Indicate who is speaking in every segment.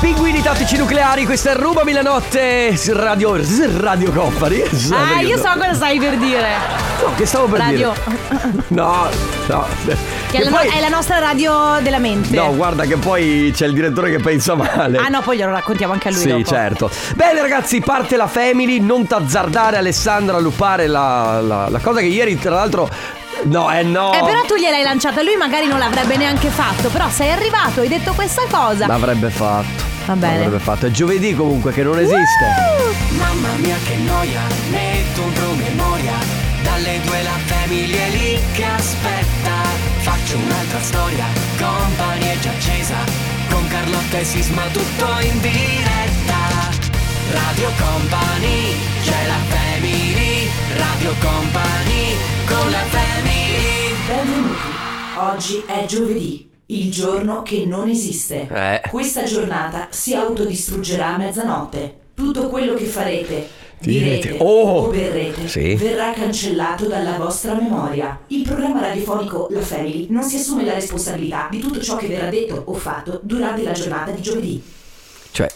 Speaker 1: Pinguini tattici nucleari, questa è Ruba Milanotte Radio, radio Company.
Speaker 2: Ah, io so cosa stai per dire.
Speaker 1: No, che stavo per
Speaker 2: Radio.
Speaker 1: dire? No, no.
Speaker 2: Che è
Speaker 1: Che
Speaker 2: la, no-
Speaker 1: poi-
Speaker 2: è la nostra radio della mente.
Speaker 1: No, guarda che poi c'è il direttore che pensa male.
Speaker 2: Ah no, poi glielo raccontiamo anche a lui
Speaker 1: Sì,
Speaker 2: dopo.
Speaker 1: certo. Bene, ragazzi, parte la family. Non t'azzardare, Alessandra, a lupare la, la- la cosa che ieri, tra l'altro. No, eh no.
Speaker 2: Eh, però tu gliel'hai lanciata, lui magari non l'avrebbe neanche fatto, però sei arrivato, hai detto questa cosa.
Speaker 1: L'avrebbe fatto.
Speaker 2: Va bene.
Speaker 1: L'avrebbe fatto. È giovedì comunque, che non esiste.
Speaker 3: Mamma mia che noia, metto un promemoria Dalle due la famiglia è lì che aspetta Faccio un'altra storia, compagnia è già accesa Con Carlotta e Sisma tutto in diretta Radio Company, c'è la family Radio Company, con la family
Speaker 4: Benvenuti. Oggi è giovedì, il giorno che non esiste.
Speaker 1: Eh.
Speaker 4: Questa giornata si autodistruggerà a mezzanotte. Tutto quello che farete, direte
Speaker 1: Oh.
Speaker 4: o berrete
Speaker 1: Sì.
Speaker 4: verrà cancellato dalla vostra memoria. Il programma radiofonico La Family non si assume la responsabilità di tutto ciò che verrà detto o fatto durante la giornata di giovedì.
Speaker 1: Cioè.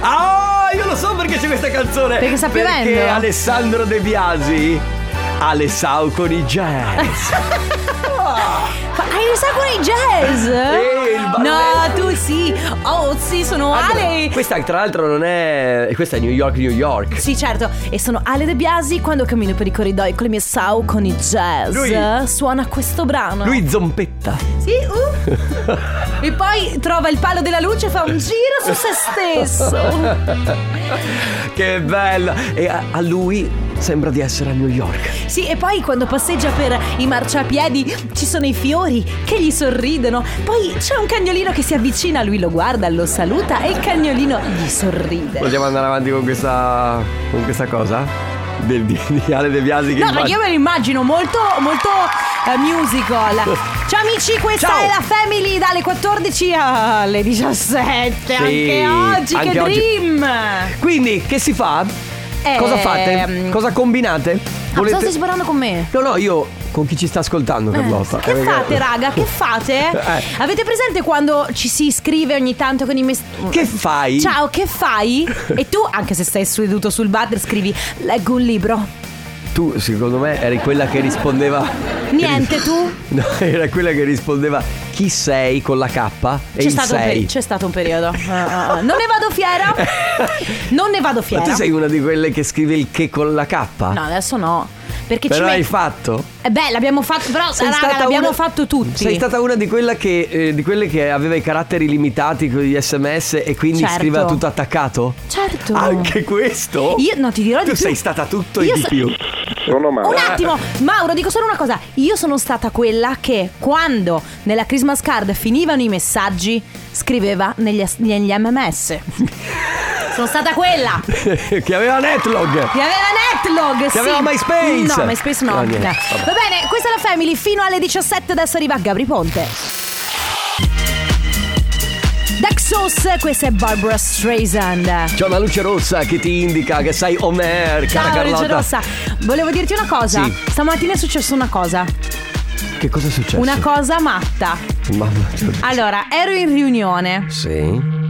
Speaker 1: Ah, io lo so perché c'è questa canzone.
Speaker 2: Perché sta
Speaker 1: Perché
Speaker 2: piovendo.
Speaker 1: Alessandro De Biasi ha le Saucony Jazz.
Speaker 2: Ma hai le sacre in jazz?
Speaker 1: Eh, il
Speaker 2: no,
Speaker 1: balletto. Ah,
Speaker 2: tu sì. Oh, sì, sono Ale.
Speaker 1: Questa tra l'altro non è... Questa è New York, New York.
Speaker 2: Sì, certo, e sono Ale De Biasi quando cammino per i corridoi con le mie sau con i jazz.
Speaker 1: Lui-
Speaker 2: Suona questo brano.
Speaker 1: Lui zompetta.
Speaker 2: Sì, uh. e poi trova il palo della luce e fa un giro su se stesso.
Speaker 1: Che bella. E a, a lui sembra di essere a New York.
Speaker 2: Sì, e poi quando passeggia per i marciapiedi ci sono i fiori che gli sorridono. Poi c'è un cagnolino che si avvicina, lui lo guarda, lo saluta e il cagnolino gli sorride.
Speaker 1: Vogliamo andare avanti con questa... con questa cosa? Del, di, di Ale De Biasi che
Speaker 2: No,
Speaker 1: immagina-
Speaker 2: perché io me lo immagino molto, molto eh, musical. Ciao amici, questa
Speaker 1: Ciao.
Speaker 2: è la Family dalle 14 alle 17.
Speaker 1: Sì,
Speaker 2: anche oggi,
Speaker 1: anche
Speaker 2: che
Speaker 1: oggi.
Speaker 2: dream!
Speaker 1: Quindi, che si fa?
Speaker 2: Eh,
Speaker 1: Cosa fate?
Speaker 2: ehm.
Speaker 1: Cosa combinate? Volete-
Speaker 2: sparando con me?
Speaker 1: No, no, io con chi ci sta ascoltando, Carlotta.
Speaker 2: Che
Speaker 1: Eh,
Speaker 2: fate, raga? Che fate?
Speaker 1: Eh.
Speaker 2: Avete presente quando ci si iscrive ogni tanto con i messaggi?
Speaker 1: Che fai?
Speaker 2: Ciao, che fai? E tu, anche se stai seduto sul bar, scrivi leggo un libro.
Speaker 1: Tu, secondo me, eri quella che rispondeva.
Speaker 2: Niente, tu?
Speaker 1: No, era quella che rispondeva chi sei con la K e
Speaker 2: C'è
Speaker 1: il
Speaker 2: stato, un peri-
Speaker 1: sei.
Speaker 2: c'è stato un periodo. Ah, ah, ah. Non ne vado fiera. Non ne vado
Speaker 1: Ma
Speaker 2: fiera.
Speaker 1: tu sei una di quelle che scrive il che con la K?
Speaker 2: No, adesso no. Perché
Speaker 1: Però
Speaker 2: ci
Speaker 1: hai
Speaker 2: metti.
Speaker 1: fatto?
Speaker 2: Eh beh, l'abbiamo fatto. Però,
Speaker 1: Sei
Speaker 2: raga,
Speaker 1: stata
Speaker 2: l'abbiamo
Speaker 1: una-
Speaker 2: fatto tutti.
Speaker 1: Sei stata una di, quella che, eh, di quelle che aveva i caratteri limitati con gli sms e quindi
Speaker 2: Certo.
Speaker 1: scriveva tutto attaccato?
Speaker 2: Certo.
Speaker 1: Anche questo?
Speaker 2: Io no, ti dirò
Speaker 1: Tu
Speaker 2: di più.
Speaker 1: sei stata tutto e
Speaker 2: Io
Speaker 1: di
Speaker 2: so-
Speaker 1: più.
Speaker 5: Sono
Speaker 2: Un
Speaker 5: Mauro.
Speaker 2: attimo, Mauro, dico solo una cosa. Io sono stata quella che quando nella Christmas card finivano i messaggi, scriveva negli, negli MMS. sono stata quella
Speaker 1: che aveva Netlog.
Speaker 2: che aveva Netlog.
Speaker 1: Che
Speaker 2: sì.
Speaker 1: aveva MySpace.
Speaker 2: No, MySpace no.
Speaker 1: No, niente,
Speaker 2: Eh.
Speaker 1: vabbè.
Speaker 2: Va bene, questa è la Family. Fino alle 17 adesso arriva Gabri Ponte. Daxos, questa è Barbara Streisand.
Speaker 1: C'è una luce rossa che ti indica che sei on air, cara
Speaker 2: Ciao
Speaker 1: Carlotta.
Speaker 2: Luce Rossa, volevo dirti una cosa.
Speaker 1: Sì.
Speaker 2: Stamattina è successa una cosa,
Speaker 1: Che cosa è successo?
Speaker 2: una cosa matta.
Speaker 1: Mamma mia.
Speaker 2: Allora, ero in riunione.
Speaker 1: Sì.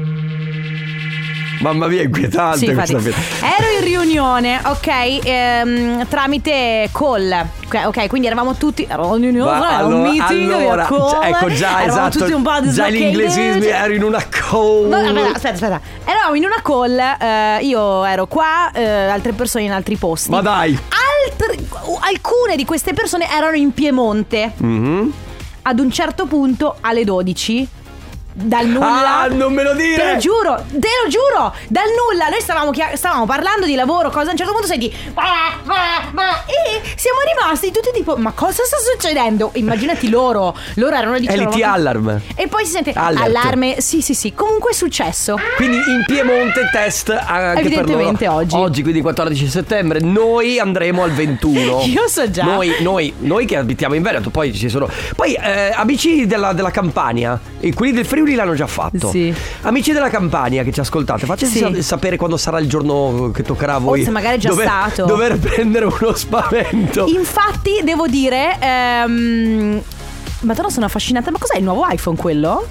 Speaker 1: Mamma mia, è inquietante
Speaker 2: Sì, infatti.
Speaker 1: questa vita.
Speaker 2: Ero in riunione, ok? ehm, tramite call. Ok, ok, quindi eravamo tutti. Era una riunione,
Speaker 1: Ma
Speaker 2: era un meeting.
Speaker 1: allora,
Speaker 2: era call,
Speaker 1: cioè, ecco già
Speaker 2: eravamo
Speaker 1: esatto.
Speaker 2: tutti un po'
Speaker 1: già eh,
Speaker 2: dislocated.
Speaker 1: l'inglesismo ero in una
Speaker 2: No,
Speaker 1: call.
Speaker 2: aspetta, aspetta, aspetta. Eravamo in una call. eh, io ero qua, eh, altre persone in altri posti.
Speaker 1: Ma dai.
Speaker 2: Altri- alcune di queste persone erano in Piemonte.
Speaker 1: Mhm.
Speaker 2: Ad un certo punto, alle 12, dal nulla.
Speaker 1: Ah, non me lo dire.
Speaker 2: Te lo giuro, te lo giuro, dal nulla. Noi stavamo, chia- stavamo parlando di lavoro, cosa a un certo punto senti. "Ah, ah, ah", E siamo rimasti tutti tipo, ma cosa sta succedendo? Immaginati loro. Loro erano lì.
Speaker 1: È
Speaker 2: dicevano,
Speaker 1: l'IT
Speaker 2: "Ma-"
Speaker 1: Alarm.
Speaker 2: E poi si sente
Speaker 1: Alert.
Speaker 2: allarme. Sì, sì, sì. Comunque è successo.
Speaker 1: Quindi in Piemonte test anche
Speaker 2: Evidentemente
Speaker 1: per loro.
Speaker 2: oggi.
Speaker 1: Oggi, quindi 14 settembre, noi andremo al 21.
Speaker 2: Io so già.
Speaker 1: Noi, noi, noi che abitiamo in Veneto, poi ci sono. Poi eh, amici della, della Campania, e quelli del Friuli l'hanno già fatto.
Speaker 2: Sì.
Speaker 1: Amici della Campania che ci ascoltate, fateci
Speaker 2: Sì.
Speaker 1: sa- sapere quando sarà il giorno che toccherà a voi.
Speaker 2: se magari è già
Speaker 1: dover,
Speaker 2: stato.
Speaker 1: Dover prendere uno spavento.
Speaker 2: Infatti, devo dire. Ehm... Madonna, sono affascinata. Ma cos'è il nuovo iPhone quello?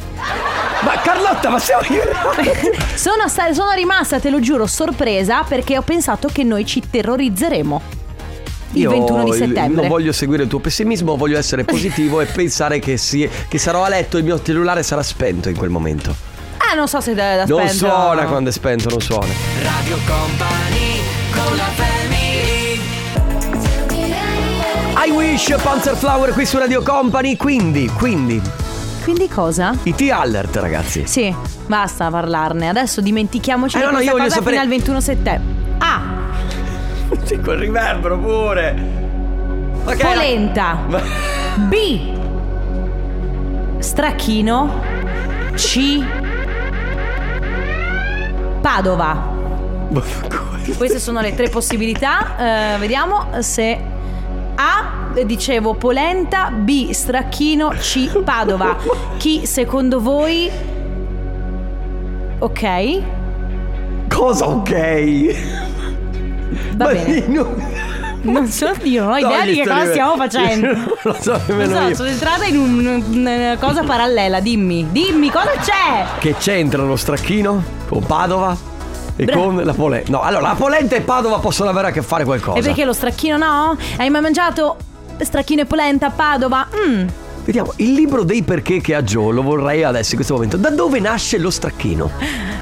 Speaker 1: Ma Carlotta, ma siamo
Speaker 2: Sono, sta- sono rimasta, te lo giuro, sorpresa perché ho pensato che noi ci terrorizzeremo. Il
Speaker 1: Io
Speaker 2: 21 di
Speaker 1: il-
Speaker 2: settembre.
Speaker 1: Non voglio seguire il tuo pessimismo, voglio essere positivo e pensare che, sì- che sarò a letto e il mio cellulare sarà spento in quel momento.
Speaker 2: Ah, non so se da, da
Speaker 1: Non
Speaker 2: spento.
Speaker 1: suona quando è spento, non suona.
Speaker 3: Radio Company con la family
Speaker 1: I wish Panzer Flower qui su Radio Company, quindi, quindi,
Speaker 2: Quindi cosa?
Speaker 1: IT alert ragazzi.
Speaker 2: Sì, basta parlarne. Adesso dimentichiamoci
Speaker 1: Eh,
Speaker 2: di
Speaker 1: no, no,
Speaker 2: questa
Speaker 1: io voglio
Speaker 2: cosa
Speaker 1: sapere-
Speaker 2: fino al 21 settembre. Ah,
Speaker 1: Sì, Col riverbero pure. Ok.
Speaker 2: polenta.
Speaker 1: Ma-
Speaker 2: B. Stracchino. C. Padova.
Speaker 1: ma come?
Speaker 2: Queste sono le tre possibilità. Eh, vediamo se. A. eh, Dicevo polenta. B. Stracchino. C. Padova. Chi secondo voi. Ok.
Speaker 1: Cosa ok?
Speaker 2: Va
Speaker 1: Ma
Speaker 2: bene.
Speaker 1: io non-
Speaker 2: Non so, io non ho
Speaker 1: no,
Speaker 2: idea
Speaker 1: gli
Speaker 2: di che
Speaker 1: sto
Speaker 2: cosa
Speaker 1: rive-
Speaker 2: stiamo facendo.
Speaker 1: Non lo so
Speaker 2: Non
Speaker 1: nemmeno
Speaker 2: so,
Speaker 1: io.
Speaker 2: sono entrata in un- una cosa parallela, dimmi, dimmi cosa c'è?
Speaker 1: Che c'entra lo stracchino con Padova e
Speaker 2: Bra-
Speaker 1: con la polenta? No, allora la polenta e Padova possono avere a che fare qualcosa.
Speaker 2: E perché lo stracchino no? Hai mai mangiato stracchino e polenta a Padova? Mm.
Speaker 1: Vediamo, il libro dei perché che ha Joe lo vorrei adesso in questo momento. Da dove nasce lo stracchino?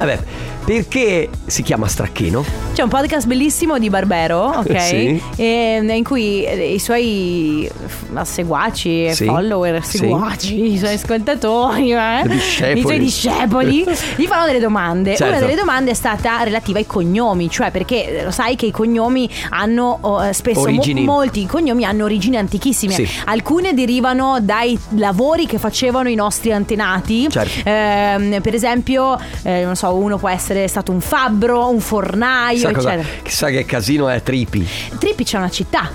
Speaker 1: Vabbè, perché si chiama stracchino?
Speaker 2: C'è un podcast bellissimo di Barbero, ok?
Speaker 1: Sì.
Speaker 2: E- in cui eh, i suoi f- seguaci, e
Speaker 1: Sì.
Speaker 2: follower,
Speaker 1: Sì.
Speaker 2: seguaci, i suoi ascoltatori, eh?
Speaker 1: Discepoli.
Speaker 2: i suoi discepoli, gli fanno delle domande.
Speaker 1: Certo.
Speaker 2: Una delle domande è stata relativa ai cognomi, cioè perché eh, lo sai che i cognomi hanno oh, eh, spesso
Speaker 1: Origini.
Speaker 2: molti cognomi hanno origini antichissime.
Speaker 1: Sì.
Speaker 2: Alcune derivano dai lavori che facevano i nostri antenati.
Speaker 1: Certo.
Speaker 2: Ehm, per esempio, eh, non so, uno può essere stato un fabbro, un fornaio,
Speaker 1: Chissà, cosa-
Speaker 2: eccetera.
Speaker 1: chissà che casino è Tripi.
Speaker 2: Tripi c'è una città.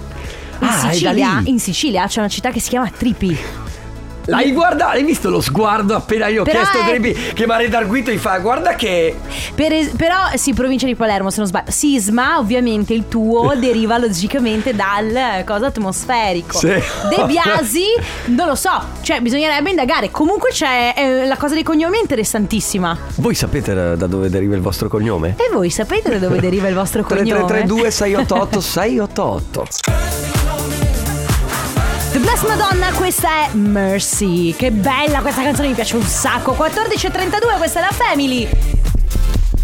Speaker 2: In,
Speaker 1: Ah, è da
Speaker 2: Sicilia,
Speaker 1: lì.
Speaker 2: in Sicilia c'è una città che si chiama Tripi.
Speaker 1: L'hai guardato? Hai visto lo sguardo appena io ho
Speaker 2: Però
Speaker 1: chiesto a
Speaker 2: è-
Speaker 1: Tripi che mi ha redarguito e fa guarda che...
Speaker 2: Per es- però, sì, provincia di Palermo, se non sbaglio. Sisma, ovviamente, il tuo deriva logicamente dal eh, cosa atmosferico.
Speaker 1: Sì.
Speaker 2: De Biasi, non lo so, cioè bisognerebbe indagare. Comunque c'è eh, la cosa dei cognomi è interessantissima.
Speaker 1: Voi sapete da da dove deriva il vostro cognome?
Speaker 2: E voi sapete da dove deriva il vostro cognome?
Speaker 1: 3332 688 688
Speaker 2: The Bless Madonna, questa è Mercy. Che bella questa canzone, mi piace un sacco. 14.32, questa è la Family.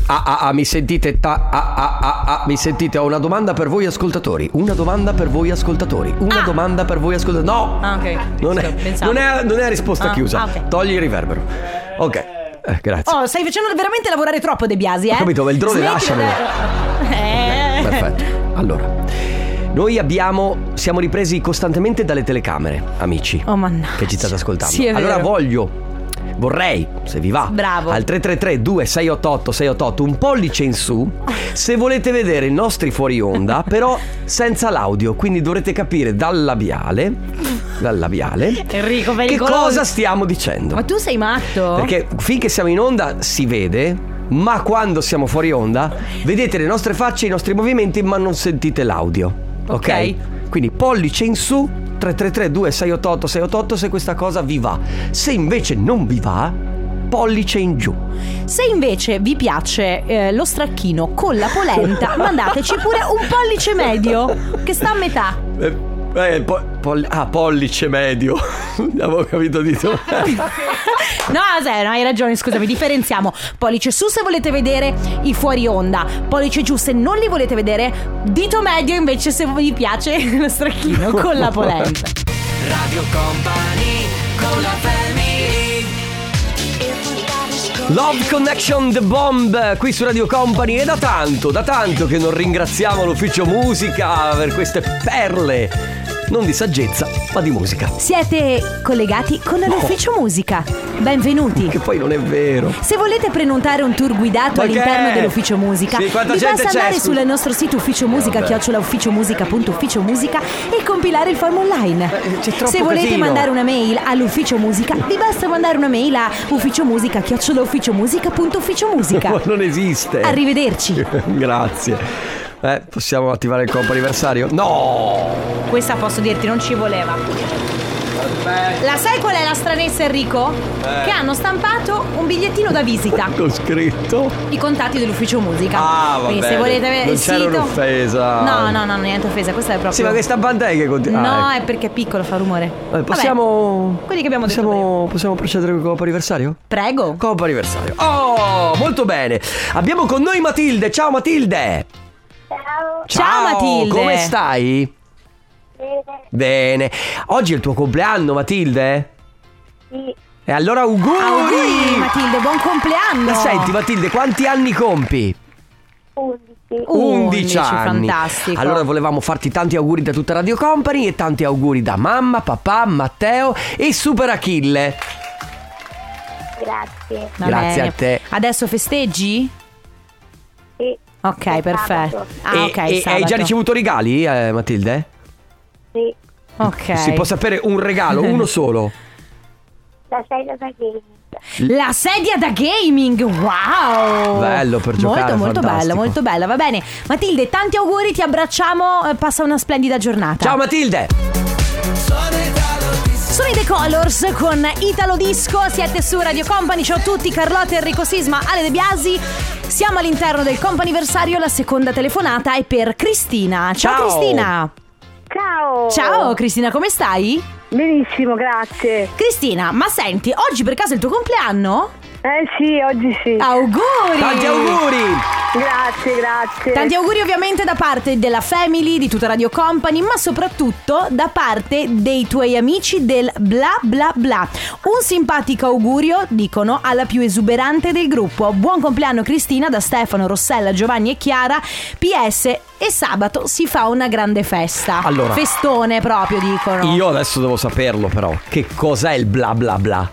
Speaker 1: Ah ah ah mi sentite ta, ah, ah, ah, ah, mi sentite ho una domanda per voi ascoltatori Una domanda per voi ascoltatori Una
Speaker 2: Ah.
Speaker 1: domanda per voi ascoltatori No
Speaker 2: Ah, ok.
Speaker 1: non, è,
Speaker 2: Pensavo.
Speaker 1: non è- non è a risposta
Speaker 2: Ah,
Speaker 1: chiusa
Speaker 2: ah, ok.
Speaker 1: Togli il riverbero Ok eh, grazie
Speaker 2: Oh, stai facendo veramente lavorare troppo De Biasi, eh?
Speaker 1: capito, ma il drone
Speaker 2: Smettila
Speaker 1: lasciamelo.
Speaker 2: da- Eh.
Speaker 1: Perfetto. Allora, noi abbiamo. Siamo ripresi costantemente dalle telecamere, amici.
Speaker 2: Oh, mannaggia.
Speaker 1: Che ci state ascoltando.
Speaker 2: Sì, è
Speaker 1: allora
Speaker 2: vero.
Speaker 1: voglio. Vorrei, se vi va,
Speaker 2: Bravo.
Speaker 1: al 333 2688 688 un pollice in su se volete vedere i nostri fuori onda, però senza l'audio, quindi dovrete capire dal labiale, dal labiale
Speaker 2: Enrico,
Speaker 1: che
Speaker 2: pericoloso.
Speaker 1: cosa stiamo dicendo.
Speaker 2: Ma tu sei matto?
Speaker 1: Perché finché siamo in onda si vede, ma quando siamo fuori onda vedete le nostre facce, i nostri movimenti, ma non sentite l'audio. Ok?
Speaker 2: Ok.
Speaker 1: Quindi pollice in su 333 2688 688 se questa cosa vi va. Se invece non vi va, pollice in giù.
Speaker 2: Se invece vi piace eh, lo stracchino con la polenta, mandateci pure un pollice medio, che sta a metà.
Speaker 1: Eh, eh, po- poll- ah, pollice medio. Non avevo capito di tu.
Speaker 2: No, Zeno, hai ragione, scusami, differenziamo. Pollice su se volete vedere i fuori onda, pollice giù se non li volete vedere, dito medio invece se vi piace lo stracchino con la polenta.
Speaker 3: Radio Company con la family
Speaker 1: Love Connection The Bomb qui su Radio Company e da tanto, da tanto che non ringraziamo l'ufficio musica per queste perle, non di saggezza, ma di musica.
Speaker 2: Siete collegati con l'ufficio musica.
Speaker 1: Che
Speaker 2: Benvenuti.
Speaker 1: poi non è vero.
Speaker 2: Se volete prenotare un tour guidato
Speaker 1: Ma che è?
Speaker 2: all'interno dell'ufficio musica,
Speaker 1: Sì, quanta
Speaker 2: vi
Speaker 1: gente
Speaker 2: basta
Speaker 1: c'è,
Speaker 2: andare
Speaker 1: scusa? Eh,
Speaker 2: sul nostro sito ufficio musica,
Speaker 1: vabbè.
Speaker 2: chiocciola ufficiomusica.ufficio musica e compilare il form online.
Speaker 1: Eh, c'è troppo
Speaker 2: Se volete
Speaker 1: casino.
Speaker 2: mandare una mail all'ufficio musica, vi basta mandare una mail a ufficio musica, chiocciola ufficiomusica.ufficio musica.
Speaker 1: Ma non esiste.
Speaker 2: Arrivederci.
Speaker 1: Grazie. Eh, possiamo attivare il compo anniversario? No!
Speaker 2: Questa posso dirti, non ci voleva. La sai qual è la stranezza Enrico?
Speaker 1: Eh.
Speaker 2: Che hanno stampato un bigliettino da visita.
Speaker 1: Ho scritto.
Speaker 2: I contatti dell'ufficio musica.
Speaker 1: Ah, va
Speaker 2: Quindi se
Speaker 1: bene.
Speaker 2: volete avere
Speaker 1: Non
Speaker 2: il
Speaker 1: c'era
Speaker 2: sito.
Speaker 1: un'offesa.
Speaker 2: No, no, no, niente offesa, questa è proprio.
Speaker 1: Sì, ma che stampante è che continua?
Speaker 2: No,
Speaker 1: ah,
Speaker 2: è perché è piccolo, fa rumore.
Speaker 1: ecco. Eh,
Speaker 2: Vabbè,
Speaker 1: possiamo.
Speaker 2: Quelli che abbiamo detto
Speaker 1: possiamo, Possiamo procedere con il copo anniversario?
Speaker 2: Prego.
Speaker 1: Copo anniversario. Oh, molto bene. Abbiamo con noi Matilde. Ciao Matilde.
Speaker 5: Ciao,
Speaker 2: Ciao, Matilde.
Speaker 1: Come stai?
Speaker 5: bene,
Speaker 1: Bene. Oggi è il tuo compleanno, Matilde?
Speaker 5: sì,
Speaker 1: E allora auguri!
Speaker 2: Auguri Matilde, buon compleanno.
Speaker 1: Ma senti, Matilde, quanti anni compi?
Speaker 5: 11.
Speaker 1: 11
Speaker 2: 11,
Speaker 1: anni.
Speaker 2: fantastico.
Speaker 1: Allora volevamo farti tanti auguri da tutta Radio Company e tanti auguri da mamma, papà, Matteo e Super Achille.
Speaker 5: Grazie.
Speaker 2: Va
Speaker 1: Grazie a te.
Speaker 2: Adesso festeggi?
Speaker 5: Sì,
Speaker 2: Ok,
Speaker 5: Sabato.
Speaker 2: perfetto. Ah,
Speaker 1: e,
Speaker 2: ok,
Speaker 1: e hai
Speaker 2: sabato.
Speaker 1: già ricevuto regali, eh, Matilde?
Speaker 5: sì,
Speaker 2: Ok.
Speaker 1: Si può sapere un regalo, uno solo.
Speaker 5: la sedia da gaming.
Speaker 2: La sedia da gaming, wow!
Speaker 1: Bello per giocare,
Speaker 2: Molto, molto
Speaker 1: fantastico.
Speaker 2: bella, molto bella, va bene. Matilde, tanti auguri, ti abbracciamo, eh, passa una splendida giornata.
Speaker 1: Ciao Matilde!
Speaker 2: Sono i The Colors con Italo Disco, siete su Radio Company, ciao a tutti, Carlotta, Enrico Sisma, Ale De Biasi. Siamo all'interno del companiversario, la seconda telefonata è per Cristina. Ciao,
Speaker 1: Ciao.
Speaker 2: Cristina!
Speaker 5: Ciao.
Speaker 2: Ciao Cristina, come stai?
Speaker 5: Benissimo, grazie.
Speaker 2: Cristina, ma senti, oggi per caso è il tuo compleanno?
Speaker 5: Eh sì, oggi sì.
Speaker 2: Auguri!
Speaker 1: Tanti auguri!
Speaker 5: Grazie, grazie.
Speaker 2: Tanti auguri ovviamente da parte della Family, di tutta Radio Company, ma soprattutto da parte dei tuoi amici del bla bla bla. Un simpatico augurio, dicono, alla più esuberante del gruppo. Buon compleanno Cristina da Stefano, Rossella, Giovanni e Chiara. PS e sabato si fa una grande festa.
Speaker 1: Allora.
Speaker 2: Festone proprio, dicono.
Speaker 1: Io adesso devo saperlo però. Che cos'è il bla bla bla?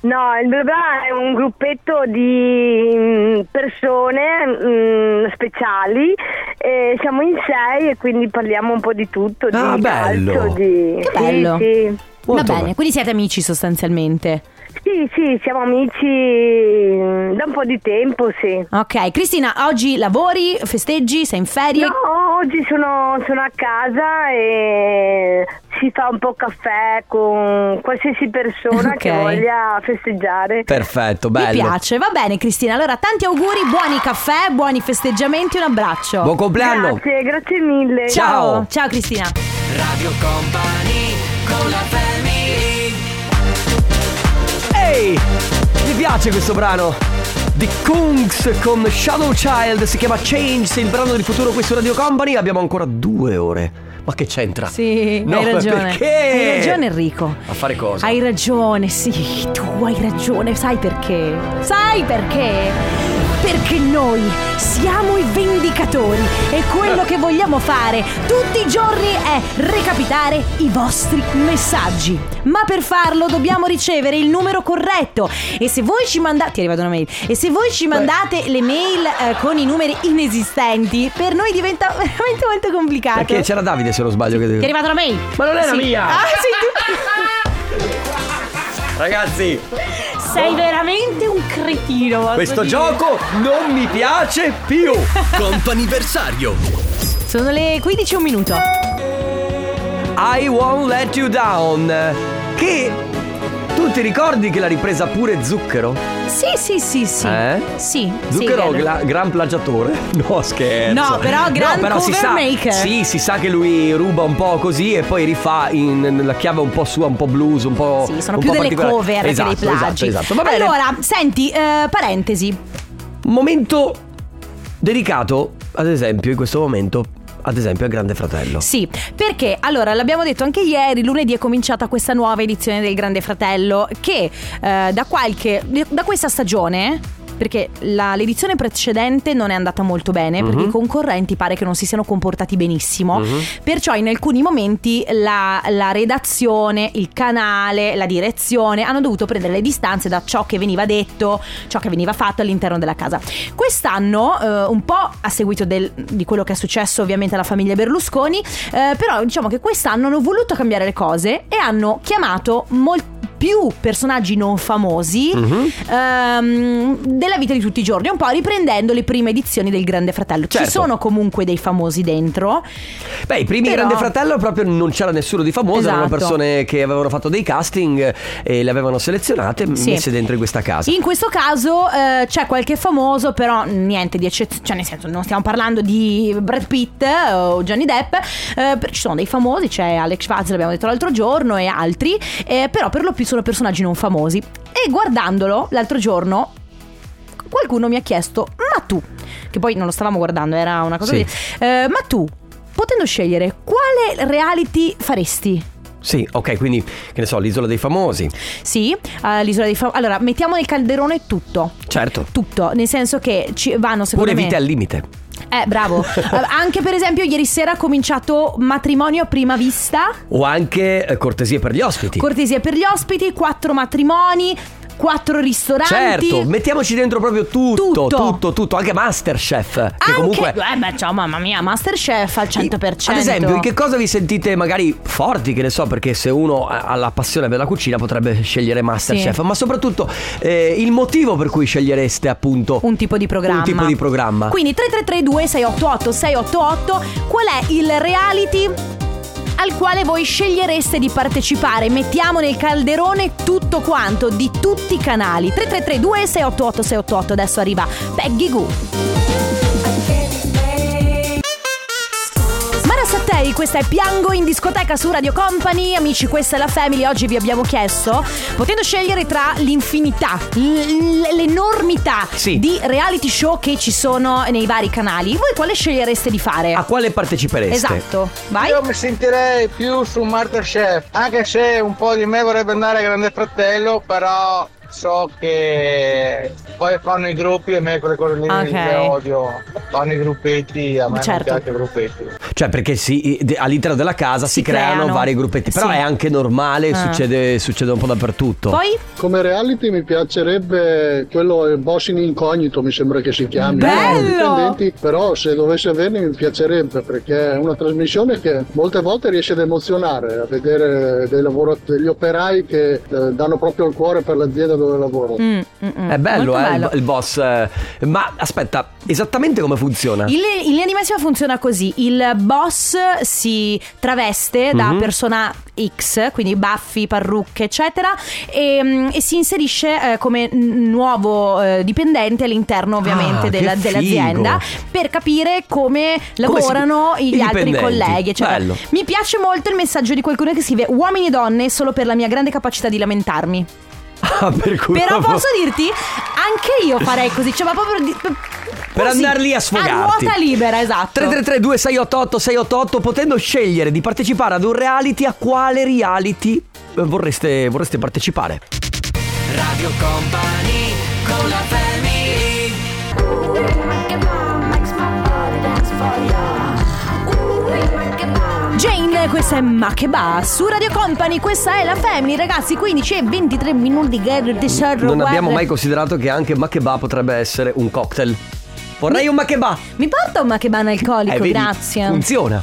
Speaker 5: No, il Bla Bla è un gruppetto di mm, persone mm, speciali. eh, siamo in sei e quindi parliamo un po' di tutto.
Speaker 1: Ah,
Speaker 5: di
Speaker 1: bello.
Speaker 5: calcio, di...
Speaker 2: Che
Speaker 5: Sì,
Speaker 2: bello.
Speaker 5: Sì,
Speaker 2: Va
Speaker 1: Molto
Speaker 2: bene,
Speaker 1: bene.
Speaker 2: quindi siete amici sostanzialmente.
Speaker 5: sì, sì, siamo amici mm, da un po' di tempo, sì.
Speaker 2: Ok, Cristina, oggi lavori, festeggi, sei in ferie?
Speaker 5: No, oggi sono, sono a casa e si fa un po' caffè con qualsiasi persona che
Speaker 2: Ok.
Speaker 5: voglia festeggiare.
Speaker 1: Perfetto,
Speaker 2: Mi
Speaker 1: bello.
Speaker 2: piace, va bene Cristina. Allora, tanti auguri, buoni caffè, buoni festeggiamenti, un abbraccio.
Speaker 1: Buon compleanno!
Speaker 5: Grazie, grazie mille.
Speaker 1: Ciao.
Speaker 2: Ciao Cristina.
Speaker 3: Radio Company con la family
Speaker 1: Ehi! Mi piace questo brano di Kungs con Shadow Child, si chiama Change, il brano del futuro qui su Radio Company, abbiamo ancora due ore. Ma che c'entra?
Speaker 2: Sì,
Speaker 1: No,
Speaker 2: hai
Speaker 1: ma
Speaker 2: ragione.
Speaker 1: perché?
Speaker 2: Hai ragione Enrico.
Speaker 1: A fare cosa?
Speaker 2: Hai ragione, sì, tu hai ragione, sai perché? Sai perché? Perché noi siamo i vendicatori e
Speaker 1: Eh.
Speaker 2: quello che vogliamo fare tutti i giorni è recapitare i vostri messaggi. Ma per farlo dobbiamo ricevere il numero corretto e se voi ci mandate... Ti è arrivata una mail. E se voi ci mandate le mail eh, con i numeri inesistenti, per noi diventa veramente molto complicato.
Speaker 1: Perché c'era Davide se non sbaglio che
Speaker 2: Ti è arrivata una mail.
Speaker 1: Ma non era mia!
Speaker 2: Ah, sì,
Speaker 1: Ragazzi,
Speaker 2: tu sei veramente un cretino. posso
Speaker 1: questo
Speaker 2: dire.
Speaker 1: gioco non mi piace più!
Speaker 3: Companiversario
Speaker 2: Sono le 15 e un minuto.
Speaker 1: I won't let you down. Che tu ti ricordi che l'ha ripresa pure Zucchero?
Speaker 2: Sì, sì, sì, sì.
Speaker 1: Eh?
Speaker 2: Sì.
Speaker 1: Zucchero
Speaker 2: sì, vero.
Speaker 1: gla- gran plagiatore. No, scherzo.
Speaker 2: No, però gran
Speaker 1: si
Speaker 2: cover
Speaker 1: sa,
Speaker 2: maker.
Speaker 1: Sì, si sa che lui ruba un po' così e poi rifà in, nella chiave un po' sua, un po' blues, un po'.
Speaker 2: Sì, sono
Speaker 1: un
Speaker 2: più
Speaker 1: po'
Speaker 2: delle
Speaker 1: particolare.
Speaker 2: cover
Speaker 1: esatto,
Speaker 2: che dei plagi.
Speaker 1: Esatto, esatto. Va bene.
Speaker 2: Allora, senti, eh, parentesi.
Speaker 1: Momento dedicato, ad esempio, in questo momento, ad esempio, a Grande Fratello.
Speaker 2: Sì, perché allora l'abbiamo detto anche ieri, lunedì è cominciata questa nuova edizione del Grande Fratello che eh, da qualche da questa stagione perché la- l'edizione precedente non è andata molto bene perché
Speaker 1: Mhm.
Speaker 2: i concorrenti pare che non si siano comportati benissimo. Perciò in alcuni momenti la, la redazione, il canale, la direzione hanno dovuto prendere le distanze da ciò che veniva detto, ciò che veniva fatto all'interno della casa. Quest'anno, eh, un po' a seguito del- di quello che è successo ovviamente alla famiglia Berlusconi, eh, però diciamo che quest'anno hanno voluto cambiare le cose e hanno chiamato molti più personaggi non famosi
Speaker 1: Mhm.
Speaker 2: ehm, della vita di tutti i giorni, un po' riprendendo le prime edizioni del Grande Fratello.
Speaker 1: Certo.
Speaker 2: Ci sono comunque dei famosi dentro.
Speaker 1: Beh, i primi
Speaker 2: Però-
Speaker 1: Grande Fratello proprio non c'era nessuno di famoso, erano
Speaker 2: Esatto.
Speaker 1: persone che avevano fatto dei casting e le avevano selezionate e
Speaker 2: Sì.
Speaker 1: messe dentro in questa casa.
Speaker 2: In questo caso eh, c'è qualche famoso, però niente di eccezione. Cioè, nel senso, non stiamo parlando di Brad Pitt eh, o Johnny Depp. eh, per- ci sono dei famosi, c'è Alex Schwarz, l'abbiamo detto l'altro giorno, e altri. eh, però per lo più sono personaggi non famosi. E guardandolo l'altro giorno, qualcuno mi ha chiesto: Ma tu, che poi non lo stavamo guardando, era una cosa
Speaker 1: Sì.
Speaker 2: di. eh, ma tu, potendo scegliere, quale reality faresti?
Speaker 1: Sì, ok, quindi che ne so, l'isola dei famosi.
Speaker 2: Sì, eh, l'isola dei famosi. Allora, mettiamo nel calderone tutto.
Speaker 1: Certo.
Speaker 2: Tutto, nel senso che ci vanno secondo
Speaker 1: Pure
Speaker 2: me
Speaker 1: vite al limite.
Speaker 2: Eh, bravo. Eh, Anche per esempio ieri sera ha cominciato matrimonio a prima vista,
Speaker 1: O anche eh, cortesie per gli ospiti.
Speaker 2: cortesia per gli ospiti, quattro matrimoni, quattro ristoranti.
Speaker 1: Certo, mettiamoci dentro proprio tutto, tutto,
Speaker 2: Tutto.
Speaker 1: tutto, anche Masterchef. Che
Speaker 2: Anche,
Speaker 1: comunque...
Speaker 2: eh beh, ciao, mamma mia, Masterchef al 100%.
Speaker 1: Ad esempio, in che cosa vi sentite magari forti? Che ne so, perché se uno ha ha la passione per la cucina potrebbe scegliere Masterchef,
Speaker 2: Sì.
Speaker 1: ma soprattutto eh, il motivo per cui scegliereste appunto
Speaker 2: un tipo di programma.
Speaker 1: Ecco. Un tipo di programma.
Speaker 2: Quindi 3332 688 688 qual è il reality al quale voi scegliereste di partecipare? Mettiamo nel calderone tutto quanto di tutti i canali. 3332 688 688 adesso arriva Peggy Goo. Mara Sattei, questa è Piango in discoteca su Radio Company. Amici, questa è la Family. Oggi vi abbiamo chiesto, potendo scegliere tra l'infinità, l- l- l'enormità
Speaker 1: Sì.
Speaker 2: di reality show che ci sono nei vari canali, voi quale scegliereste di fare?
Speaker 1: A Certo. quale partecipereste?
Speaker 2: esatto, vai.
Speaker 6: Io mi sentirei più su Masterchef, anche se un po' di me vorrebbe andare a Grande Fratello, però so che poi fanno i gruppi e me quelle cose lì
Speaker 2: Ok.
Speaker 6: le odio. Fanno i gruppetti, a me
Speaker 2: Certo.
Speaker 6: non piace i gruppetti.
Speaker 1: Cioè, perché si- de- all'interno della casa si,
Speaker 2: Si
Speaker 1: creano,
Speaker 2: creano.
Speaker 1: vari gruppetti. Però
Speaker 2: Sì.
Speaker 1: è anche normale,
Speaker 2: Ah.
Speaker 1: succede, succede un po' dappertutto.
Speaker 2: Poi?
Speaker 7: Come reality mi piacerebbe quello il boss in incognito, mi sembra che si chiami.
Speaker 2: Bello!
Speaker 7: No, dipendenti, però se dovessi averne mi piacerebbe perché è una trasmissione che molte volte riesce ad emozionare, a vedere dei lavora- degli operai che eh, danno proprio il cuore per l'azienda dove lavorano.
Speaker 2: Mm, mm, mm.
Speaker 1: È bello,
Speaker 2: Molto
Speaker 1: eh, il- Il, boss. eh. Ma aspetta, esattamente come funziona?
Speaker 2: In li- in linea di massima funziona così: il boss si traveste da
Speaker 1: Mhm.
Speaker 2: persona X, quindi baffi, parrucche, eccetera, e, mm, e si inserisce eh, come n- nuovo eh, dipendente all'interno, ovviamente,
Speaker 1: Ah,
Speaker 2: della-
Speaker 1: che figo.
Speaker 2: dell'azienda per capire come lavorano
Speaker 1: si- i
Speaker 2: gli altri
Speaker 1: dipendenti.
Speaker 2: colleghi. eccetera.
Speaker 1: Bello.
Speaker 2: Mi piace molto il messaggio di qualcuno che scrive: Uomini e donne, solo per la mia grande capacità di lamentarmi.
Speaker 1: Ah, per cui
Speaker 2: Però
Speaker 1: proprio-
Speaker 2: posso dirti, anche io farei così, cioè ma proprio di-
Speaker 1: Per
Speaker 2: così,
Speaker 1: andar lì a sfogarti.
Speaker 2: A ruota libera, esatto.
Speaker 1: 333 688 688 potendo scegliere di partecipare ad un reality, a quale reality eh, vorreste, vorreste partecipare?
Speaker 3: Radio Company con la family
Speaker 2: Jane, questa è Ma che ba su Radio Company, questa è la Family, ragazzi, 15 e 23 minuti di guerra di serro.
Speaker 1: Non abbiamo
Speaker 2: guerra.
Speaker 1: mai considerato che anche Makeba potrebbe essere un cocktail. Vorrei un Makeba.
Speaker 2: Mi porta un Makeba analcolico,
Speaker 1: Eh, vedi,
Speaker 2: grazie.
Speaker 1: Funziona.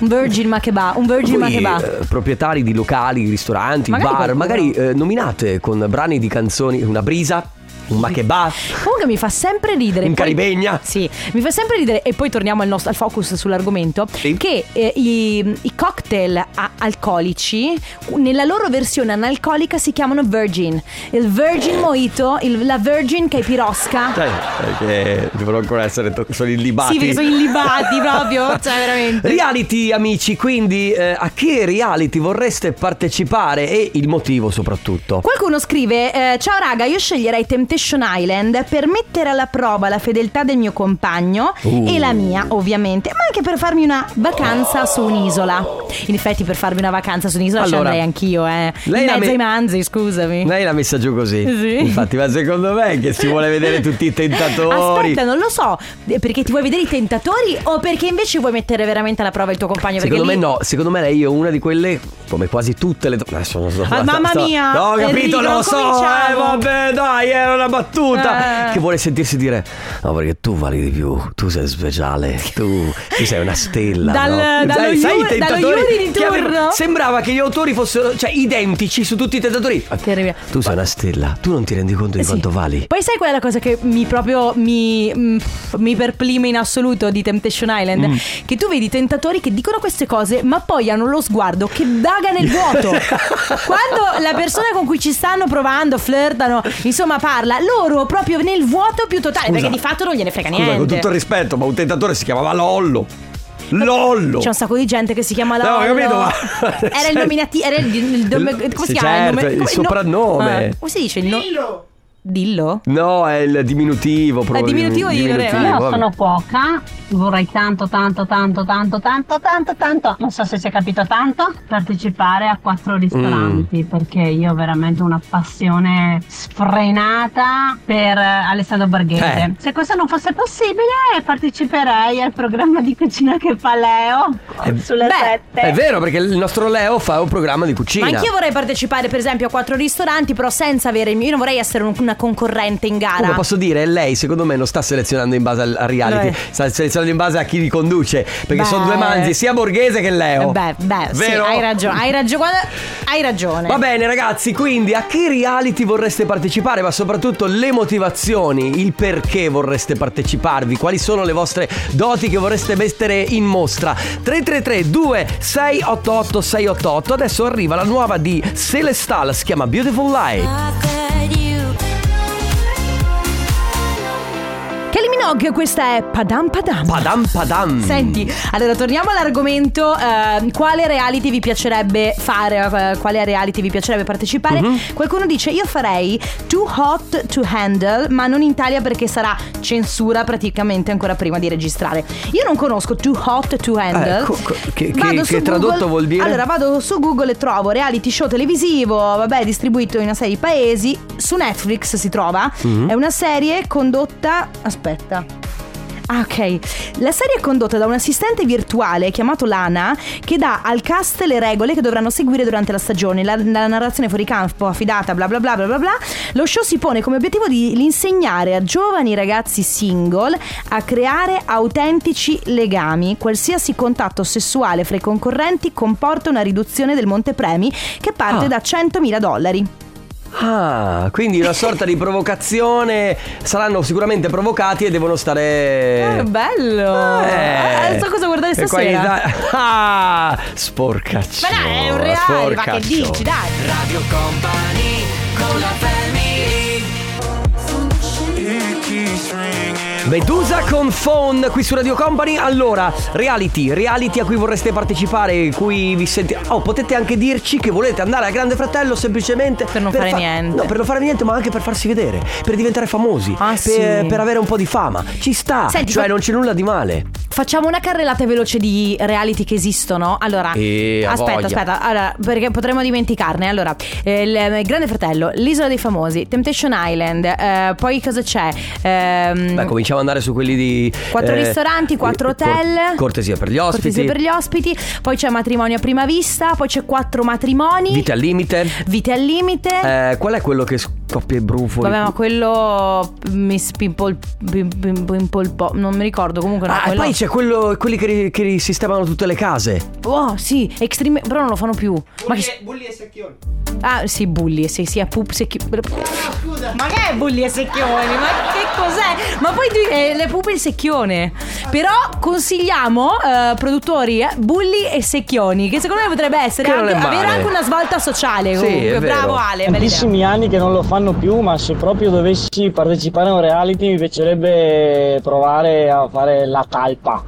Speaker 2: Un Virgin Makeba, un Virgin
Speaker 1: Voi,
Speaker 2: Makeba.
Speaker 1: eh, proprietari di locali, ristoranti,
Speaker 2: Magari
Speaker 1: bar,
Speaker 2: qualcuno.
Speaker 1: magari eh, nominate con brani di canzoni una brisa, un Makeba.
Speaker 2: Comunque mi fa sempre ridere.
Speaker 1: In
Speaker 2: poi-
Speaker 1: Caribegna.
Speaker 2: Sì, mi fa sempre ridere. E poi torniamo al, nostro, al focus sull'argomento.
Speaker 1: Sì.
Speaker 2: Che eh, i, i cocktail a- alcolici, nella loro versione analcolica, si chiamano virgin. Il virgin mojito, il- la virgin che è pirosca.
Speaker 1: Sai, perché devono ancora essere to- sono illibati.
Speaker 2: Sì, perché sono illibati proprio. Cioè, veramente.
Speaker 1: Reality amici, quindi eh, a che reality vorreste partecipare e il motivo soprattutto?
Speaker 2: Qualcuno scrive: eh, Ciao raga, io sceglierei Temptation Island per mettere alla prova la fedeltà del mio compagno
Speaker 1: Uh.
Speaker 2: e la mia, ovviamente, ma anche per farmi una vacanza su un'isola. In effetti, per farmi una vacanza su un'isola
Speaker 1: Allora,
Speaker 2: ci andrei anch'io, eh.
Speaker 1: lei
Speaker 2: In
Speaker 1: la
Speaker 2: mezzo
Speaker 1: me-
Speaker 2: ai manzi, scusami.
Speaker 1: Lei l'ha messa giù così.
Speaker 2: Sì.
Speaker 1: Infatti, ma secondo me è che si vuole vedere tutti i tentatori.
Speaker 2: Aspetta, non lo so, eh, perché ti vuoi vedere i tentatori o perché invece vuoi mettere veramente alla prova il tuo compagno?
Speaker 1: Secondo me
Speaker 2: perché lì-
Speaker 1: no, secondo me lei è una di quelle Come quasi tutte le donne. Adesso non so-
Speaker 2: Ah, mamma
Speaker 1: sto-
Speaker 2: mia,
Speaker 1: No, ho capito,
Speaker 2: Enrico,
Speaker 1: lo so. Eh,
Speaker 2: cominciamo.
Speaker 1: vabbè, dai, era una battuta.
Speaker 2: Eh.
Speaker 1: Che vuole sentirsi dire: No, perché tu vali di più. Tu sei speciale. Tu, tu sei una stella.
Speaker 2: Dal-
Speaker 1: no?
Speaker 2: dallo
Speaker 1: Sai- sai i
Speaker 2: Iuri- dallo
Speaker 1: tentatori
Speaker 2: Iuri di
Speaker 1: che avevano-
Speaker 2: turno?
Speaker 1: Sembrava che gli autori fossero cioè, identici su tutti i tentatori. Ah,
Speaker 2: Terribile.
Speaker 1: Tu sei una stella. Tu non ti rendi conto di
Speaker 2: Eh Sì.
Speaker 1: Eh quanto vali.
Speaker 2: Poi sai quella cosa che mi proprio mi, mm, pff, mi perplime in assoluto di Temptation Island?
Speaker 1: Mm.
Speaker 2: Che tu vedi tentatori che dicono queste cose, ma poi hanno lo sguardo che daga nel vuoto. Quando la persona con cui ci stanno provando, flirtano, insomma, parla, loro proprio nel vuoto più totale,
Speaker 1: Scusa.
Speaker 2: perché di fatto non gliene frega
Speaker 1: Scusa, con
Speaker 2: niente.
Speaker 1: tutto il rispetto, ma un tentatore si chiamava Lollo. Lollo.
Speaker 2: C'è un sacco di gente che si chiama
Speaker 1: No,
Speaker 2: Lollo.
Speaker 1: ho capito, ma-
Speaker 2: Era il nominativo. Era il. il dom-
Speaker 1: Il-
Speaker 2: come
Speaker 1: sì,
Speaker 2: si chiama?
Speaker 1: certo,
Speaker 2: nome-
Speaker 1: il
Speaker 2: come- no-
Speaker 1: soprannome.
Speaker 2: Ah, come si dice? Dillo. Dillo?
Speaker 1: No, è il diminutivo proprio.
Speaker 2: diminutivo di Lorena.
Speaker 8: Io
Speaker 1: Eh, vabbè.
Speaker 8: sono poca, vorrei tanto, tanto, tanto, tanto, tanto, tanto, tanto, non so se si è capito tanto, partecipare a quattro
Speaker 1: Mm.
Speaker 8: ristoranti perché io ho veramente una passione sfrenata per eh, Alessandro Borghese.
Speaker 1: Eh.
Speaker 8: Se questo non fosse possibile parteciperei al programma di cucina che fa Leo
Speaker 1: Eh,
Speaker 8: sulle
Speaker 2: beh,
Speaker 8: sette.
Speaker 1: È vero, perché il nostro Leo fa un programma di cucina.
Speaker 2: Ma anch'io vorrei partecipare, per esempio, a quattro ristoranti, però senza avere il mio. Io non vorrei essere un- una concorrente in gara.
Speaker 1: Comunque posso dire, lei secondo me non sta selezionando in base al al reality,
Speaker 2: Lo è.
Speaker 1: sta selezionando in base a chi li conduce. Perché
Speaker 2: Beh.
Speaker 1: sono due manzi, sia Borghese che Leo.
Speaker 2: Eh, Beh, beh, sì,
Speaker 1: Vero?
Speaker 2: hai ragione, hai ragione, guarda, hai ragione.
Speaker 1: Va bene ragazzi, quindi a che reality vorreste partecipare, ma soprattutto le motivazioni, il perché vorreste parteciparvi, quali sono le vostre doti che vorreste mettere in mostra. 333 2688 688, adesso arriva la nuova di Celestal, si chiama Beautiful Life.
Speaker 2: Kelly Minogue, questa è Padam Padam.
Speaker 1: Padam padam.
Speaker 2: Senti, allora torniamo all'argomento eh, quale reality vi piacerebbe fare, eh, quale reality vi piacerebbe partecipare.
Speaker 1: Mhm.
Speaker 2: Qualcuno dice io farei Too Hot to Handle, ma non in Italia perché sarà censura praticamente ancora prima di registrare. Io non conosco Too Hot to Handle.
Speaker 1: Eh, co- co- che- che-
Speaker 2: Vado
Speaker 1: che
Speaker 2: su
Speaker 1: tradotto
Speaker 2: Google-
Speaker 1: vuol dire?
Speaker 2: Allora vado su Google e trovo reality show televisivo, vabbè, distribuito in una serie di paesi, su Netflix si trova.
Speaker 1: Mm-hmm.
Speaker 2: È una serie condotta, aspetta, Ah, ok. La serie è condotta da un assistente virtuale chiamato Lana che dà al cast le regole che dovranno seguire durante la stagione, la, la narrazione fuori campo affidata, bla bla bla bla bla bla. Lo show si pone come obiettivo di insegnare a giovani ragazzi single a creare autentici legami. Qualsiasi contatto sessuale fra i concorrenti comporta una riduzione del montepremi che parte
Speaker 1: Ah.
Speaker 2: da 100.000 dollari.
Speaker 1: Ah, quindi una sorta di provocazione, saranno sicuramente provocati e devono stare...
Speaker 2: Eh, bello! Eh, non so cosa guardare
Speaker 1: e qua in
Speaker 2: stasera.
Speaker 1: Italia- Oh, Ah, sporcaccio.
Speaker 2: Ma dai, è un reale, ma che dici, dai!
Speaker 3: Radio Company con la family
Speaker 1: Medusa con phone qui su Radio Company. Allora, reality, reality a cui vorreste partecipare, cui vi sentite. Oh, potete anche dirci che volete andare al Grande Fratello semplicemente
Speaker 2: Per non fare niente.
Speaker 1: No, per non fare niente, ma anche per farsi vedere, per diventare famosi,
Speaker 2: Ah,
Speaker 1: per,
Speaker 2: sì.
Speaker 1: per avere un po' di fama. Ci sta,
Speaker 2: Senti, Mm.
Speaker 1: cioè
Speaker 2: ma-
Speaker 1: non c'è nulla di male.
Speaker 2: Facciamo una carrellata veloce di reality che esistono. Allora,
Speaker 1: Eh, ha
Speaker 2: aspetta,
Speaker 1: voglia.
Speaker 2: aspetta, allora, perché potremmo dimenticarne. Allora, eh, il il Grande Fratello, l'Isola dei Famosi, Temptation Island, eh, poi cosa c'è? Ehm,
Speaker 1: Beh, cominciamo ad andare su quelli di.
Speaker 2: Quattro
Speaker 1: eh,
Speaker 2: ristoranti, quattro
Speaker 1: eh, cor-
Speaker 2: hotel.
Speaker 1: cortesia per gli ospiti.
Speaker 2: Cortesia per gli ospiti, poi c'è matrimonio a prima vista, poi c'è quattro matrimoni,
Speaker 1: Vite al limite.
Speaker 2: vite al limite.
Speaker 1: Eh, qual è quello che scoppia i brufoli?
Speaker 2: Vabbè, ma quello Miss Pimple, Pim- Pim- Pimple Pop, non mi ricordo comunque. no,
Speaker 1: Ah, e
Speaker 2: quello-
Speaker 1: poi c'è quello, quelli che, ri- che risistemano tutte le case.
Speaker 2: Oh, sì, Extreme, però non lo fanno più. Ma che...
Speaker 9: Bulli e secchioni.
Speaker 2: Ah, sì, bulli, sì, sì, a pup, secchi- Ma che è bulli e secchioni? Ma che cos'è? Ma poi tu- eh, le pupe e il secchione. Però consigliamo, eh, produttori, eh, bulli e secchioni, che secondo me potrebbe essere
Speaker 1: Che non
Speaker 2: anche,
Speaker 1: è male.
Speaker 2: avere anche una svolta sociale.
Speaker 1: Sì,
Speaker 2: comunque.
Speaker 1: è vero.
Speaker 2: Bravo Ale, bella idea.
Speaker 10: tantissimi anni che non lo fanno più, ma se proprio dovessi partecipare a un reality mi piacerebbe provare a fare la talpa.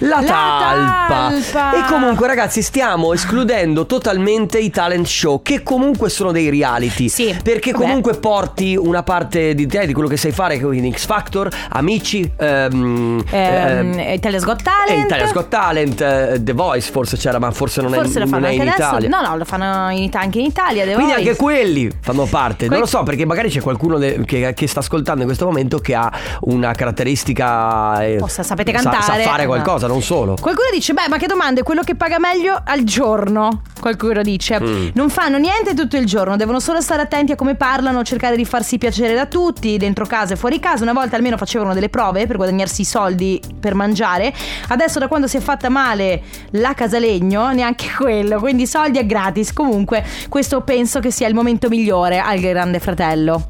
Speaker 1: La,
Speaker 2: La
Speaker 1: talpa.
Speaker 2: talpa.
Speaker 1: E comunque, ragazzi, stiamo escludendo totalmente i talent show, che comunque sono dei reality.
Speaker 2: Sì,
Speaker 1: Perché
Speaker 2: vabbè.
Speaker 1: comunque porti una parte di te, di quello che sai fare, quindi X Factor, Amici, ehm,
Speaker 2: Ehm,
Speaker 1: ehm,
Speaker 2: Italia's Got
Speaker 1: eh,
Speaker 2: Talent.
Speaker 1: Italia's Got Talent, eh, The Voice forse c'era, ma forse non
Speaker 2: Forse
Speaker 1: è, non
Speaker 2: lo fanno
Speaker 1: è
Speaker 2: anche
Speaker 1: in
Speaker 2: adesso.
Speaker 1: Italia.
Speaker 2: No, no, lo fanno in- anche in Italia. The
Speaker 1: Quindi
Speaker 2: Voice.
Speaker 1: anche quelli fanno parte.
Speaker 2: Que-
Speaker 1: non lo so, perché magari c'è qualcuno de- che, che sta ascoltando in questo momento che ha una caratteristica. eh,
Speaker 2: Oh, sa- sapete
Speaker 1: sa-
Speaker 2: cantare.
Speaker 1: Sa, fare
Speaker 2: No.
Speaker 1: qualcosa, cosa, non solo.
Speaker 2: Qualcuno dice, beh, ma che domanda, è quello che paga meglio al giorno. Qualcuno dice,
Speaker 1: Mm.
Speaker 2: non fanno niente tutto il giorno, devono solo stare attenti a come parlano, cercare di farsi piacere da tutti, dentro casa e fuori casa. Una volta almeno facevano delle prove per guadagnarsi i soldi per mangiare. Adesso da quando si è fatta male la casalegno, neanche quello, quindi i soldi è gratis. Comunque, questo penso che sia il momento migliore al Grande Fratello.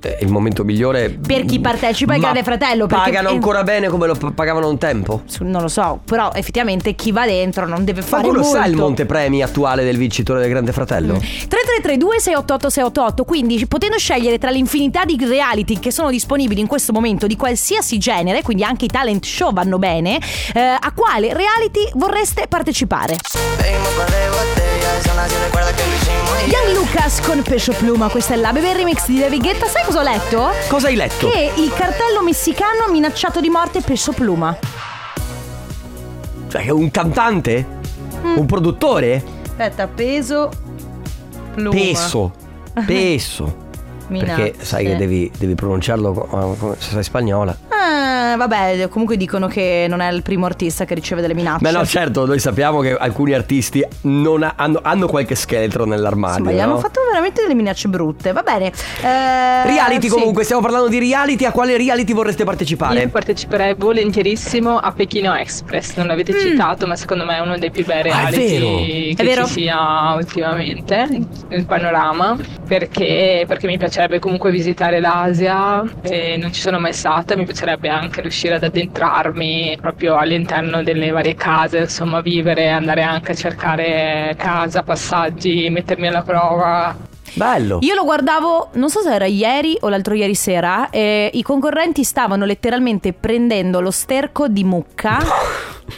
Speaker 1: È il momento migliore.
Speaker 2: Per chi partecipa al
Speaker 1: Mm. Ma
Speaker 2: Grande Fratello, perché-
Speaker 1: Pagano ancora bene come lo p- pagavano un tempo.
Speaker 2: Su- Non lo so, però effettivamente chi va dentro non deve
Speaker 1: Ma
Speaker 2: fare
Speaker 1: tu lo
Speaker 2: molto. Mm.
Speaker 1: sai il montepremi attuale del vincitore del Grande Fratello?
Speaker 2: 3332 688 688 quindi potendo scegliere tra l'infinità di reality che sono disponibili in questo momento di qualsiasi genere quindi anche i talent show vanno bene eh, a quale reality vorreste partecipare Young Lucas con Pescio Pluma questa è la Bebe Remix di David Guetta sai cosa ho letto?
Speaker 1: Cosa hai letto?
Speaker 2: che il cartello messicano ha minacciato di morte Pescio Pluma
Speaker 1: Cioè, che è un cantante?
Speaker 2: Mm.
Speaker 1: Un produttore?
Speaker 2: aspetta peso pluma
Speaker 1: Peso. Peso. Perché sai che devi, devi pronunciarlo co- eh, come- se sei spagnola.
Speaker 2: Ah, vabbè, comunque dicono che non è il primo artista che riceve delle minacce.
Speaker 1: Beh no, certo, noi sappiamo che alcuni artisti non ha- hanno, hanno qualche scheletro nell'armadio.
Speaker 2: Insomma, gli hanno
Speaker 1: no?
Speaker 2: fatto veramente delle minacce brutte. Va bene. Eh,
Speaker 1: Reality
Speaker 2: sì.
Speaker 1: comunque, stiamo parlando di reality, a quale reality vorreste partecipare?
Speaker 9: Io parteciperei volentierissimo a Pechino Express, non l'avete citato, ma secondo me è uno dei più bei
Speaker 1: Ah, è
Speaker 9: reality
Speaker 2: È
Speaker 9: che
Speaker 2: vero.
Speaker 9: ci sia ultimamente nel panorama, perché, perché mi piacerebbe comunque visitare l'Asia, e non ci sono mai stata, mi piacerebbe anche riuscire ad addentrarmi proprio all'interno delle varie case, insomma vivere, andare anche a cercare casa, passaggi, mettermi alla prova.
Speaker 1: Bello.
Speaker 2: Io lo guardavo, non so se era ieri o l'altro ieri sera, e i concorrenti stavano letteralmente prendendo lo sterco di mucca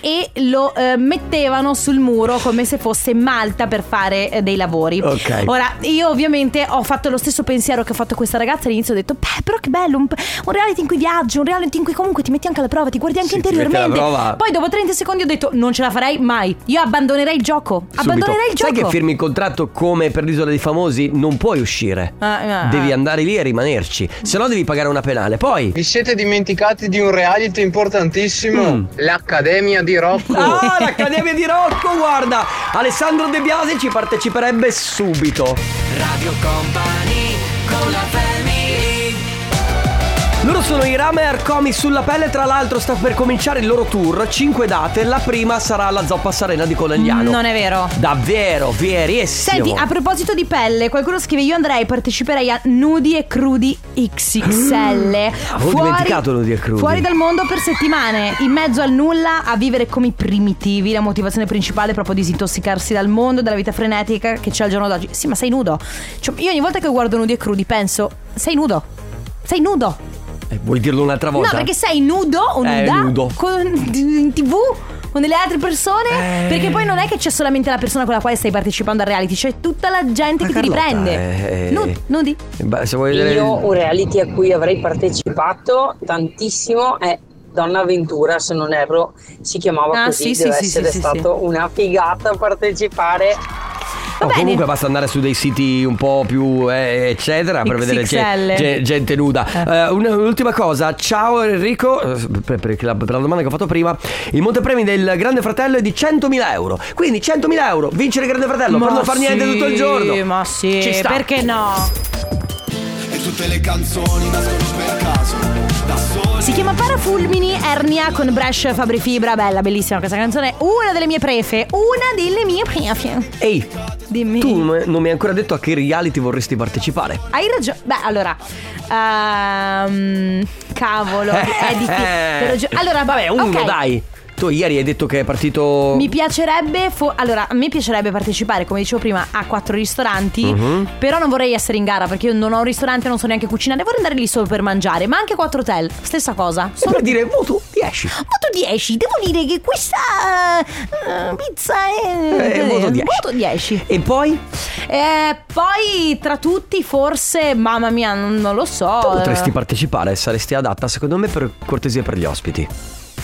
Speaker 2: e lo eh, mettevano sul muro come se fosse malta per fare eh, dei lavori.
Speaker 1: Ok.
Speaker 2: Ora, io ovviamente ho fatto lo stesso pensiero che ha fatto questa ragazza all'inizio, ho detto, beh, però che bello, un, un reality in cui viaggi, un reality in cui comunque ti metti anche alla prova, ti guardi anche
Speaker 1: Sì, ti metti alla
Speaker 2: interiormente.
Speaker 1: prova.
Speaker 2: Poi dopo 30 secondi ho detto, non ce la farei mai, io abbandonerei il gioco, abbandonerei il
Speaker 1: Subito.
Speaker 2: gioco.
Speaker 1: Sai che firmi il contratto come per l'isola dei famosi? Non puoi uscire.
Speaker 2: Ah, ah,
Speaker 1: Devi
Speaker 2: ah.
Speaker 1: andare lì e rimanerci, se no devi pagare una penale. Poi
Speaker 6: Vi siete dimenticati di un reality importantissimo?
Speaker 1: Mm.
Speaker 6: L'Accademia di Rocco.
Speaker 1: Ah, l'Accademia di Rocco, guarda! Alessandro De Biasi ci parteciperebbe subito.
Speaker 3: Radio Company con la family
Speaker 1: Loro sono i Ramer Comi sulla pelle, tra l'altro sta per cominciare il loro tour, 5 date, la prima sarà alla Zoppa Sarena di Conegliano.
Speaker 2: Non è vero.
Speaker 1: Davvero, vierissimo.
Speaker 2: Senti, a proposito di pelle, qualcuno scrive: Io andrei, parteciperei a Nudi e Crudi XXL.
Speaker 1: Ah, Avevo dimenticato Nudi e Crudi.
Speaker 2: Fuori dal mondo per settimane, in mezzo al nulla, a vivere come i primitivi. La motivazione principale è proprio disintossicarsi dal mondo, dalla vita frenetica che c'è al giorno d'oggi. Sì, ma sei nudo. Cioè, io ogni volta che guardo Nudi e Crudi penso: Sei nudo. Sei nudo.
Speaker 1: Eh, vuoi dirlo un'altra volta?
Speaker 2: No, perché sei nudo o
Speaker 1: Eh,
Speaker 2: nuda
Speaker 1: nudo.
Speaker 2: Con, in tv con delle altre persone.
Speaker 1: Eh.
Speaker 2: Perché poi non è che c'è solamente la persona con la quale stai partecipando al reality, c'è tutta la gente
Speaker 1: Ma
Speaker 2: che ti
Speaker 1: Carlotta,
Speaker 2: riprende.
Speaker 1: eh.
Speaker 2: Nud- nudi.
Speaker 1: Beh, se vuoi vedere...
Speaker 11: Io un reality a cui avrei partecipato tantissimo è Donna Ventura, se non erro, si chiamava
Speaker 2: Ah,
Speaker 11: così,
Speaker 2: sì,
Speaker 11: deve
Speaker 2: sì, sì,
Speaker 11: essere
Speaker 2: sì, sì,
Speaker 11: stato una figata partecipare.
Speaker 2: Va
Speaker 1: No,
Speaker 2: bene.
Speaker 1: comunque basta andare su dei siti un po' più eh, eccetera per vedere
Speaker 2: XXL.
Speaker 1: ge- ge- gente nuda. Eh, un- un'ultima cosa, ciao Enrico, eh, per, per la, per la domanda che ho fatto prima, il montepremi del Grande Fratello è di 100.000 euro, quindi 100.000 euro, vincere il Grande Fratello per non far niente tutto il giorno.
Speaker 2: Ma sì,
Speaker 1: Ci sta.
Speaker 2: perché no?
Speaker 3: E tutte le canzoni nascono per caso Da soli
Speaker 2: Si chiama Parafulmini Ernia con Bresh Fabri Fibra. Bella, bellissima questa canzone. Una delle mie prefe. Una delle mie prefe.
Speaker 1: Ehi,
Speaker 2: Dimmi.
Speaker 1: tu non non mi hai ancora detto a che reality vorresti partecipare.
Speaker 2: Hai ragione. Beh, allora. ehm, cavolo, è difficile. te lo giuro. Allora,
Speaker 1: vabbè, Eh, uno
Speaker 2: ok.
Speaker 1: dai. Tu ieri hai detto che è partito...
Speaker 2: Mi piacerebbe, fo- allora, a me piacerebbe partecipare, come dicevo prima, a quattro ristoranti,
Speaker 1: Mhm.
Speaker 2: però non vorrei essere in gara perché io non ho un ristorante, non so neanche cucinare, vorrei andare lì solo per mangiare, ma anche a quattro hotel, stessa cosa. Sono
Speaker 1: per dire, oh, tu riesci.
Speaker 2: voto 10, devo dire che questa eh, pizza è...
Speaker 1: Eh, voto 10.
Speaker 2: Voto 10.
Speaker 1: E poi?
Speaker 2: Eh, poi tra tutti forse, mamma mia, non non lo so.
Speaker 1: Tu potresti partecipare, saresti adatta secondo me per cortesia per gli ospiti.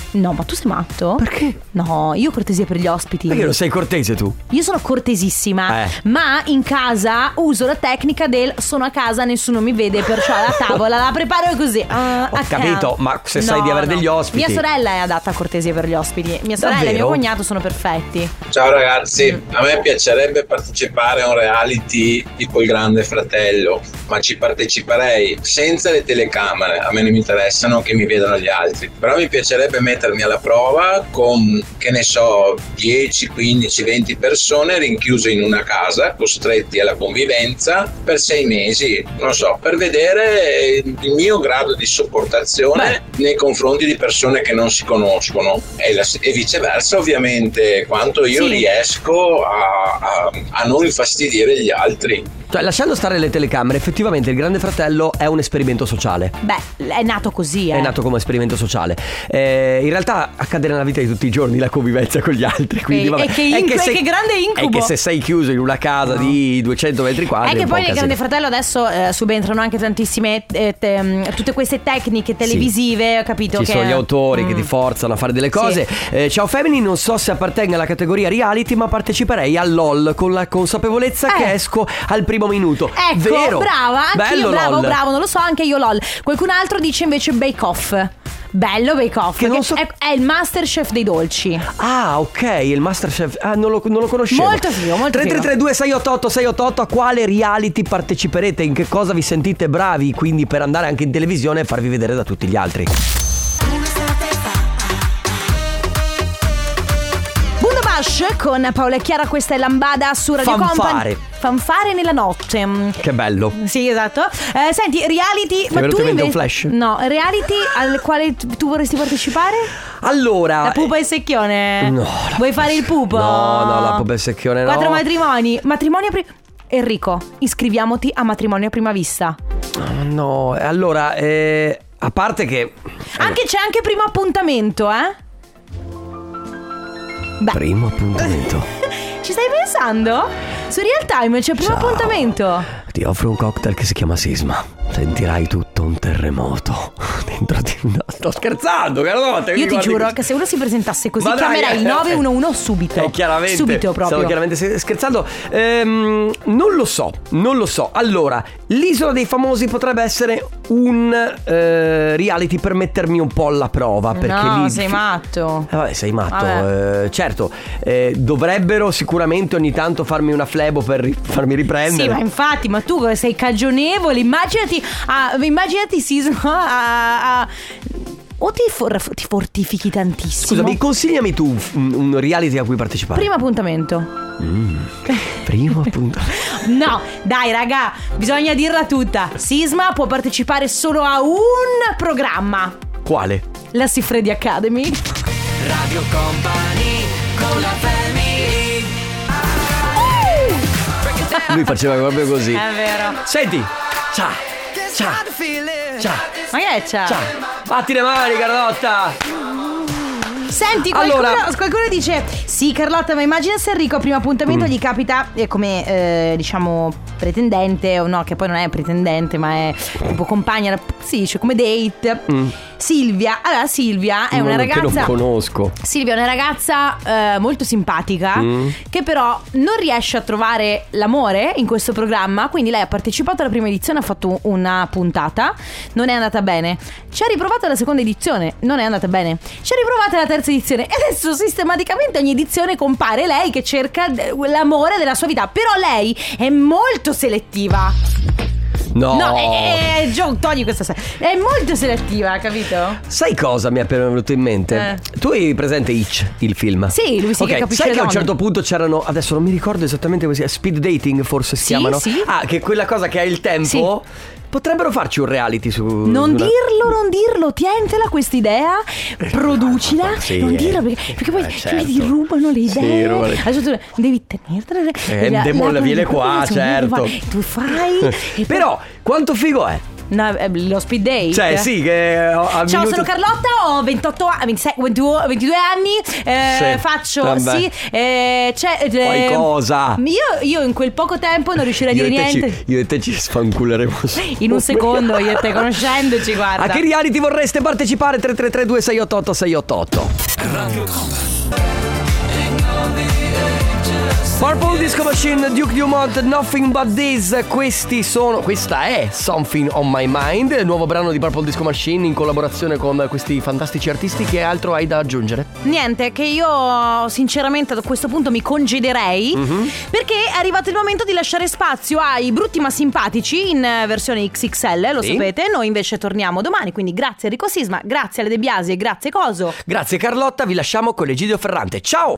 Speaker 2: No, ma tu sei matto?
Speaker 1: Perché?
Speaker 2: No, io ho cortesia per gli ospiti.
Speaker 1: Perché non sei cortese tu?
Speaker 2: Io sono cortesissima,
Speaker 1: Eh.
Speaker 2: ma in casa uso la tecnica del sono a casa, nessuno mi vede, perciò la tavola la preparo così. Ah,
Speaker 1: Ho
Speaker 2: a ca-
Speaker 1: capito, ma se sai di avere degli ospiti.
Speaker 2: Mia sorella è adatta a cortesia per gli ospiti. Mia sorella e
Speaker 1: Davvero?
Speaker 2: mio cognato sono perfetti.
Speaker 12: Ciao ragazzi, a me piacerebbe partecipare a un reality tipo il Grande Fratello, ma ci parteciperei senza le telecamere, a me non mi interessano che mi vedano gli altri, però mi piacerebbe mettermi alla prova con, che ne so, 10, 15, 20 persone rinchiuse in una casa, costretti alla convivenza per sei mesi, non so, per vedere il mio grado di sopportazione nei confronti di persone che non si conoscono e, la- e viceversa ovviamente quanto io
Speaker 1: Sì.
Speaker 12: riesco a, a- a non infastidire gli altri.
Speaker 1: Cioè, lasciando stare le telecamere, effettivamente il Grande Fratello è un esperimento sociale.
Speaker 2: Beh, è nato così, eh.
Speaker 1: È nato come esperimento sociale. Eh, in realtà accade nella vita di tutti i giorni la convivenza con gli altri. Quindi,
Speaker 2: E-
Speaker 1: vabbè.
Speaker 2: e che inc- e che grande
Speaker 1: È
Speaker 2: incubo.
Speaker 1: che se sei chiuso in una casa di 200 metri quadri.
Speaker 2: è
Speaker 1: è
Speaker 2: che
Speaker 1: un
Speaker 2: poi
Speaker 1: po'
Speaker 2: nel
Speaker 1: un
Speaker 2: Grande
Speaker 1: casino.
Speaker 2: Fratello adesso eh, subentrano anche tantissime eh, te- mh, tutte queste tecniche televisive, ho capito
Speaker 1: Ci
Speaker 2: che
Speaker 1: sono gli autori che
Speaker 2: Mm.
Speaker 1: ti forzano a fare delle cose. Eh, ciao Femini, non so se appartenga alla categoria reality, ma parteciperei all'OL con la consapevolezza che esco al primo minuto.
Speaker 2: Eh. Ecco,
Speaker 1: Vero.
Speaker 2: brava, anch'io,
Speaker 1: Bello
Speaker 2: bravo,
Speaker 1: LOL.
Speaker 2: bravo, non lo so, anche io lol. Qualcun altro dice invece Bake Off. Bello Bake Off, che è, è il Masterchef dei dolci.
Speaker 1: Ah, ok, il Masterchef. Ah, non lo, non lo conoscevo.
Speaker 2: Molto figo, molto
Speaker 1: 3332 688 688 a quale reality parteciperete? In che cosa vi sentite bravi? Quindi per andare anche in televisione e farvi vedere da tutti gli altri.
Speaker 2: Bundo Bash con Paola e Chiara, questa è Lambada su Radio
Speaker 1: Fanfare.
Speaker 2: Company. Fanfare nella notte. Mm,
Speaker 1: Che bello.
Speaker 2: Sì, esatto. Eh, senti, reality. ma
Speaker 1: venuto
Speaker 2: tu
Speaker 1: in mente un
Speaker 2: invece-
Speaker 1: flash?
Speaker 2: No, reality al quale t- tu vorresti partecipare?
Speaker 1: Allora. eh,
Speaker 2: la pupa e il secchione?
Speaker 1: Ah, No,
Speaker 2: Vuoi fare il pupo?
Speaker 1: No, no, la pupa e il secchione no.
Speaker 2: Quattro matrimoni. Matrimonio a pri- Enrico, iscriviamoti a matrimonio a prima vista.
Speaker 1: Ah, No, allora, eh, a parte che.
Speaker 2: Anche c'è anche primo appuntamento, eh?
Speaker 1: Primo appuntamento.
Speaker 2: Ci stai pensando? Su Real Time c'è primo appuntamento.
Speaker 1: Ti offro un cocktail che si chiama Sisma. Sentirai tutto un terremoto dentro di No, sto scherzando, guardate.
Speaker 2: Io ti giuro che se uno si presentasse così
Speaker 1: Ma dai,
Speaker 2: chiamerei
Speaker 1: eh,
Speaker 2: il 911 subito.
Speaker 1: Eh, chiaramente.
Speaker 2: Subito proprio.
Speaker 1: Stavo chiaramente se- scherzando. Ehm, non lo so, non lo so. Allora, l'isola dei famosi potrebbe essere un eh, reality per mettermi un po' alla prova. Perché
Speaker 2: no,
Speaker 1: lì
Speaker 2: sei matto.
Speaker 1: Eh, vabbè, sei matto.
Speaker 2: Vabbè.
Speaker 1: eh, certo, eh, dovrebbero sicuramente ogni tanto farmi una flebo per ri- farmi riprendere.
Speaker 2: Sì, ma infatti, ma tu sei cagionevole. Immaginati, ah, immaginati Sisma. ah, ah, o ti, for- ti fortifichi tantissimo.
Speaker 1: Scusami, consigliami tu un, un reality a cui partecipare.
Speaker 2: Primo appuntamento.
Speaker 1: Mm, primo appunto.
Speaker 2: No, dai raga, bisogna dirla tutta. Sisma può partecipare solo a un programma.
Speaker 1: Quale?
Speaker 2: La Sifredi Academy.
Speaker 3: Radio Company con la family
Speaker 1: Lui faceva proprio così.
Speaker 2: È vero.
Speaker 1: Senti, ciao, ciao, ciao,
Speaker 2: Ma che c'è?
Speaker 1: ciao. Fatti le mani, Carlotta.
Speaker 2: Senti, qualcuno,
Speaker 1: Allora-
Speaker 2: qualcuno dice: Sì, Carlotta, ma immagina se Enrico a primo appuntamento
Speaker 1: Mm.
Speaker 2: gli capita eh, come eh, diciamo pretendente, o no, che poi non è pretendente, ma è tipo compagna. Si dice come date. Silvia, allora Silvia è una
Speaker 1: Mm. No, Che non
Speaker 2: ragazza.
Speaker 1: conosco.
Speaker 2: Silvia è una ragazza eh, molto simpatica
Speaker 1: Mm.
Speaker 2: che però non riesce a trovare l'amore in questo programma, quindi lei ha partecipato alla prima edizione, ha fatto una puntata, non è andata bene. Ci ha riprovato alla seconda edizione, non è andata bene. Ci ha riprovato alla terza edizione e adesso sistematicamente ogni edizione compare lei che cerca eh, l'amore della sua vita, però lei è molto selettiva.
Speaker 1: No.
Speaker 2: No, eh, è, è- Gio, togli questa se- È molto selettiva, capito?
Speaker 1: Sai cosa mi è appena venuto in mente? Tu hai presente Hitch, il film?
Speaker 2: Eh. Sì, lui sì
Speaker 1: Ok,
Speaker 2: che capisce
Speaker 1: Sai
Speaker 2: le
Speaker 1: che a un
Speaker 2: donne.
Speaker 1: certo punto c'erano, adesso non mi ricordo esattamente come si chiama, speed dating forse si
Speaker 2: Sì,
Speaker 1: chiamano?
Speaker 2: sì.
Speaker 1: Ah, che quella cosa che ha il tempo? Potrebbero farci un reality su...
Speaker 2: Non
Speaker 1: su una-
Speaker 2: dirlo, non dirlo, tientela questa idea, producila,
Speaker 1: Eh, sì,
Speaker 2: non
Speaker 1: eh.
Speaker 2: dirlo perché, perché poi
Speaker 1: Eh, certo.
Speaker 2: ti rubano le
Speaker 1: Sì,
Speaker 2: idee.
Speaker 1: rubano le-
Speaker 2: Adesso tu devi tenertela.
Speaker 1: Eh, demolla, viene qua, certo.
Speaker 2: Tu fai. e poi-
Speaker 1: Però, quanto figo è?
Speaker 2: Una- eh, lo speed date?
Speaker 1: Cioè, sì, che ho- al
Speaker 2: Ciao,
Speaker 1: minuto-
Speaker 2: sono Carlotta, ho 28 anni, 26, 22, 22 anni, eh,
Speaker 1: Sì,
Speaker 2: faccio,
Speaker 1: vabbè.
Speaker 2: sì, eh, c'è... eh,
Speaker 1: Qualcosa.
Speaker 2: Io, io in quel poco tempo non riuscirei a
Speaker 1: Io
Speaker 2: dire
Speaker 1: e, te
Speaker 2: niente.
Speaker 1: ci, io e te ci sfanculeremo
Speaker 2: In un secondo, io e te conoscendoci, guarda.
Speaker 1: A che reality vorreste partecipare? 333 2688 688 Purple Disco Machine, Duke Dumont, Nothing But This Questi sono, questa è Something On My Mind Il nuovo brano di Purple Disco Machine in collaborazione con questi fantastici artisti Che altro hai da aggiungere?
Speaker 2: Niente, che io sinceramente a questo punto mi congederei
Speaker 1: Mhm.
Speaker 2: perché è arrivato il momento di lasciare spazio ai brutti ma simpatici in eh, versione XXL, lo
Speaker 1: Sì.
Speaker 2: sapete, noi invece torniamo domani, quindi grazie Enrico Sisma, grazie alle De Biasi e grazie Coso.
Speaker 1: Grazie Carlotta, vi lasciamo con Egidio Ferrante Ciao!